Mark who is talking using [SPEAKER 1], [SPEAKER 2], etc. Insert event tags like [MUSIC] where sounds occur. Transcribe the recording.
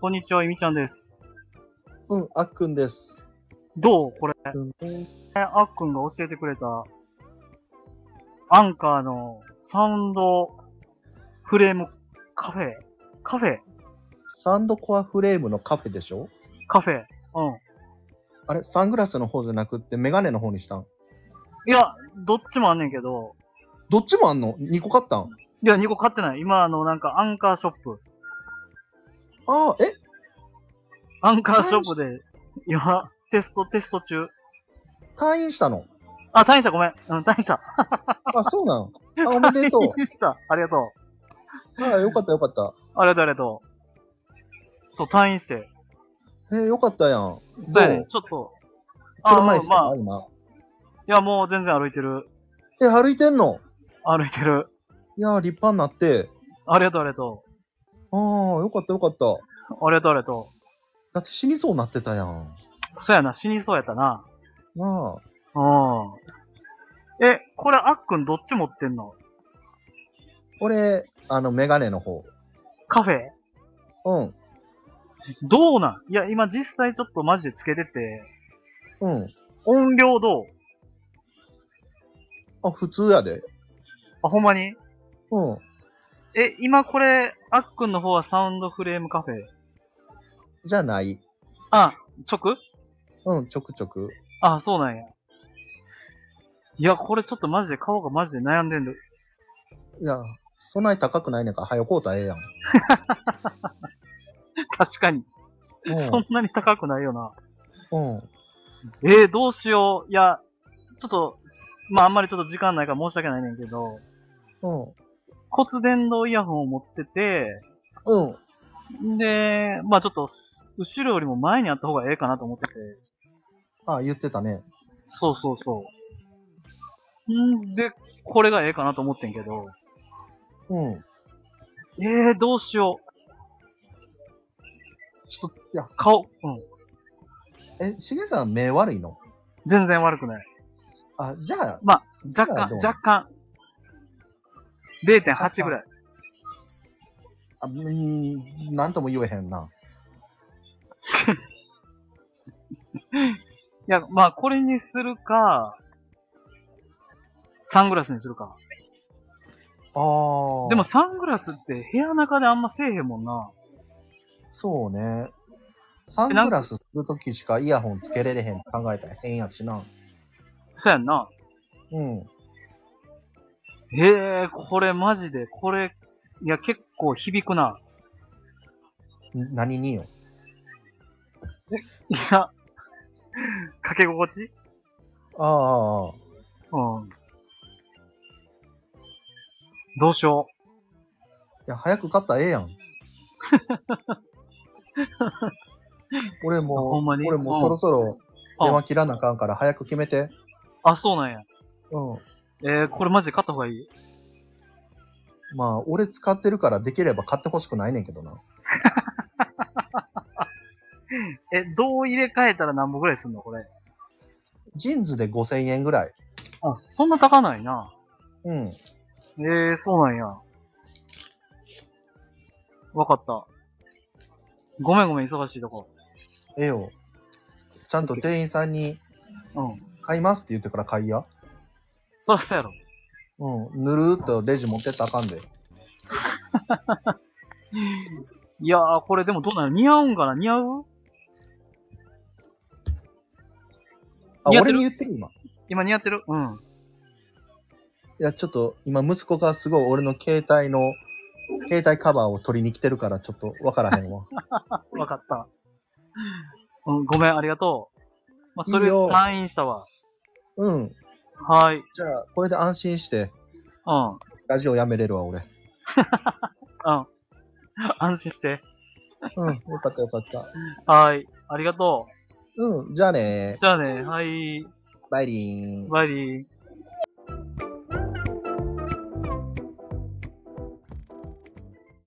[SPEAKER 1] こんにちは、ゆみちゃんです。
[SPEAKER 2] うん、あっくんです。
[SPEAKER 1] どうこれ、
[SPEAKER 2] あっくんです。
[SPEAKER 1] あっくんが教えてくれた、アンカーのサウンドフレームカフェカフェ
[SPEAKER 2] サンドコアフレームのカフェでしょ
[SPEAKER 1] カフェうん。
[SPEAKER 2] あれサングラスの方じゃなくってメガネの方にしたん
[SPEAKER 1] いや、どっちもあんねんけど、
[SPEAKER 2] どっちもあんの ?2 個買ったん
[SPEAKER 1] いや、2個買ってない。今、あの、なんか、アンカーショップ。
[SPEAKER 2] ああ、え
[SPEAKER 1] アンカーショップで、今、テスト、テスト中。
[SPEAKER 2] 退院したの
[SPEAKER 1] あ、退院した、ごめん。うん、退院した。
[SPEAKER 2] あ、そうなん。あ、おめでと
[SPEAKER 1] 退院した。ありがとう。
[SPEAKER 2] う。あよかったよかっ
[SPEAKER 1] ありがとう、ありがとう。そう、退院して。
[SPEAKER 2] た。えー、よかったやん。
[SPEAKER 1] そうや
[SPEAKER 2] ど
[SPEAKER 1] ね
[SPEAKER 2] う。
[SPEAKER 1] ちょっと。
[SPEAKER 2] 車椅子と
[SPEAKER 1] ま
[SPEAKER 2] か
[SPEAKER 1] あ、い
[SPEAKER 2] 今。
[SPEAKER 1] や、もう全然歩いてる。
[SPEAKER 2] え、歩いてんの
[SPEAKER 1] 歩いてる。
[SPEAKER 2] いやー、立派になって。
[SPEAKER 1] ありがとう、ありがと
[SPEAKER 2] ああ、よかったよかった。
[SPEAKER 1] う。ありがとう、ありがと
[SPEAKER 2] だって死にそうになってたやん。
[SPEAKER 1] う。そうやな、死にそうやったな。
[SPEAKER 2] なあ。
[SPEAKER 1] うん。え、これ、あっくんどっち持ってんの
[SPEAKER 2] 俺、あの、メガネの方。
[SPEAKER 1] カフェ
[SPEAKER 2] うん、
[SPEAKER 1] どうなんいや、今実際ちょっとマジでつけてて、
[SPEAKER 2] うん。
[SPEAKER 1] 音量どう
[SPEAKER 2] あ、普通やで。
[SPEAKER 1] あ、ほんまに
[SPEAKER 2] うん。
[SPEAKER 1] え、今これ、あっくんの方はサウンドフレームカフェ。
[SPEAKER 2] じゃない。
[SPEAKER 1] あ、直
[SPEAKER 2] うん、ちょくちょく。
[SPEAKER 1] あ、そうなんや。いや、これちょっとマジで顔がマジで悩んでんの。
[SPEAKER 2] いや、そない高くないねんから、早こうたらええ [LAUGHS] やん。
[SPEAKER 1] 確かに。そん
[SPEAKER 2] う
[SPEAKER 1] なに高くないよな。
[SPEAKER 2] ん。うん。
[SPEAKER 1] えー、どうしよう。いや、ちょっと、まああんまりちょっと時間ないから申し訳ないねんけど、
[SPEAKER 2] うん。
[SPEAKER 1] 骨伝導イヤホンを持ってて、
[SPEAKER 2] うん。
[SPEAKER 1] で、まあちょっと、後ろよりも前にあった方がええかなと思ってて。
[SPEAKER 2] あ、言ってたね。
[SPEAKER 1] そうそうそう。んで、これがええかなと思ってんけど、
[SPEAKER 2] うん。
[SPEAKER 1] えー、どうしよう。ちょっと、
[SPEAKER 2] いや
[SPEAKER 1] 顔、うん、
[SPEAKER 2] え、しげさん目悪いの
[SPEAKER 1] 全然悪くない。
[SPEAKER 2] あ、じゃあ、
[SPEAKER 1] まあ、若
[SPEAKER 2] じゃ
[SPEAKER 1] 干
[SPEAKER 2] あどう、
[SPEAKER 1] 若干。0.8ぐらい。
[SPEAKER 2] あうーん、なんとも言えへんな。
[SPEAKER 1] いや、まあ、これにするか、サングラスにするか。
[SPEAKER 2] あー
[SPEAKER 1] でも、サングラスって部屋中であんませえへんもんな。
[SPEAKER 2] そうね。サングラスするときしかイヤホンつけれれへんって考えたら変やしな。
[SPEAKER 1] そうやんな。
[SPEAKER 2] うん。
[SPEAKER 1] へえ、これマジで、これ、いや、結構響くな。
[SPEAKER 2] 何によ。
[SPEAKER 1] いや、かけ心地
[SPEAKER 2] ああああ、
[SPEAKER 1] うん。どうしよ
[SPEAKER 2] いや、早く買ったらええ
[SPEAKER 1] [LAUGHS]
[SPEAKER 2] やん。俺
[SPEAKER 1] ほ
[SPEAKER 2] も
[SPEAKER 1] んまに
[SPEAKER 2] う、俺もうそろそろ
[SPEAKER 1] う。
[SPEAKER 2] 電話
[SPEAKER 1] あ、
[SPEAKER 2] 切らなあかんから早く決めて。
[SPEAKER 1] あそうなんや。
[SPEAKER 2] うん。
[SPEAKER 1] えー、これマジで買った方がいい
[SPEAKER 2] まあ、俺使ってるからできれば買ってほしくないねんけどな。
[SPEAKER 1] え、どう入れ替えたら何本ぐらいすんのこれ。
[SPEAKER 2] ジーンズで5000円ぐらい。
[SPEAKER 1] あ、そんな高ないな。
[SPEAKER 2] うん。
[SPEAKER 1] えー、そうなんや。わかった。ごめんごめん、忙しいとこ。
[SPEAKER 2] ええよ。ちゃんと店員さんに
[SPEAKER 1] うん。
[SPEAKER 2] 買いますって言ってから買いや。
[SPEAKER 1] そらそうやろ。
[SPEAKER 2] うん。ぬるーっとレジ持ってったらあかんで。
[SPEAKER 1] いやー、これでもどうなる似合うんかな似合う
[SPEAKER 2] あ、
[SPEAKER 1] 似合って
[SPEAKER 2] 俺
[SPEAKER 1] る
[SPEAKER 2] に言ってる今。い
[SPEAKER 1] 今似合ってるうん。
[SPEAKER 2] や、ちょっと今息子がすごい俺の携帯の、携帯カバーを取りに来てるからちょっとわからへんわ。
[SPEAKER 1] わかった。うん、ごめん、ありがとう。まあ、と
[SPEAKER 2] い
[SPEAKER 1] りあえ
[SPEAKER 2] い
[SPEAKER 1] ず
[SPEAKER 2] よ
[SPEAKER 1] 退院したわ。
[SPEAKER 2] うん。
[SPEAKER 1] はーい。
[SPEAKER 2] じゃあ、これで安心して、
[SPEAKER 1] うん。
[SPEAKER 2] ラジオやめれるわ、俺。
[SPEAKER 1] うん。 [LAUGHS] 安心して。
[SPEAKER 2] うん。よかったよかった。
[SPEAKER 1] はーい。ありがと
[SPEAKER 2] うん。じゃあね
[SPEAKER 1] う。じゃあね。はい。
[SPEAKER 2] バイリーン。
[SPEAKER 1] バイリー。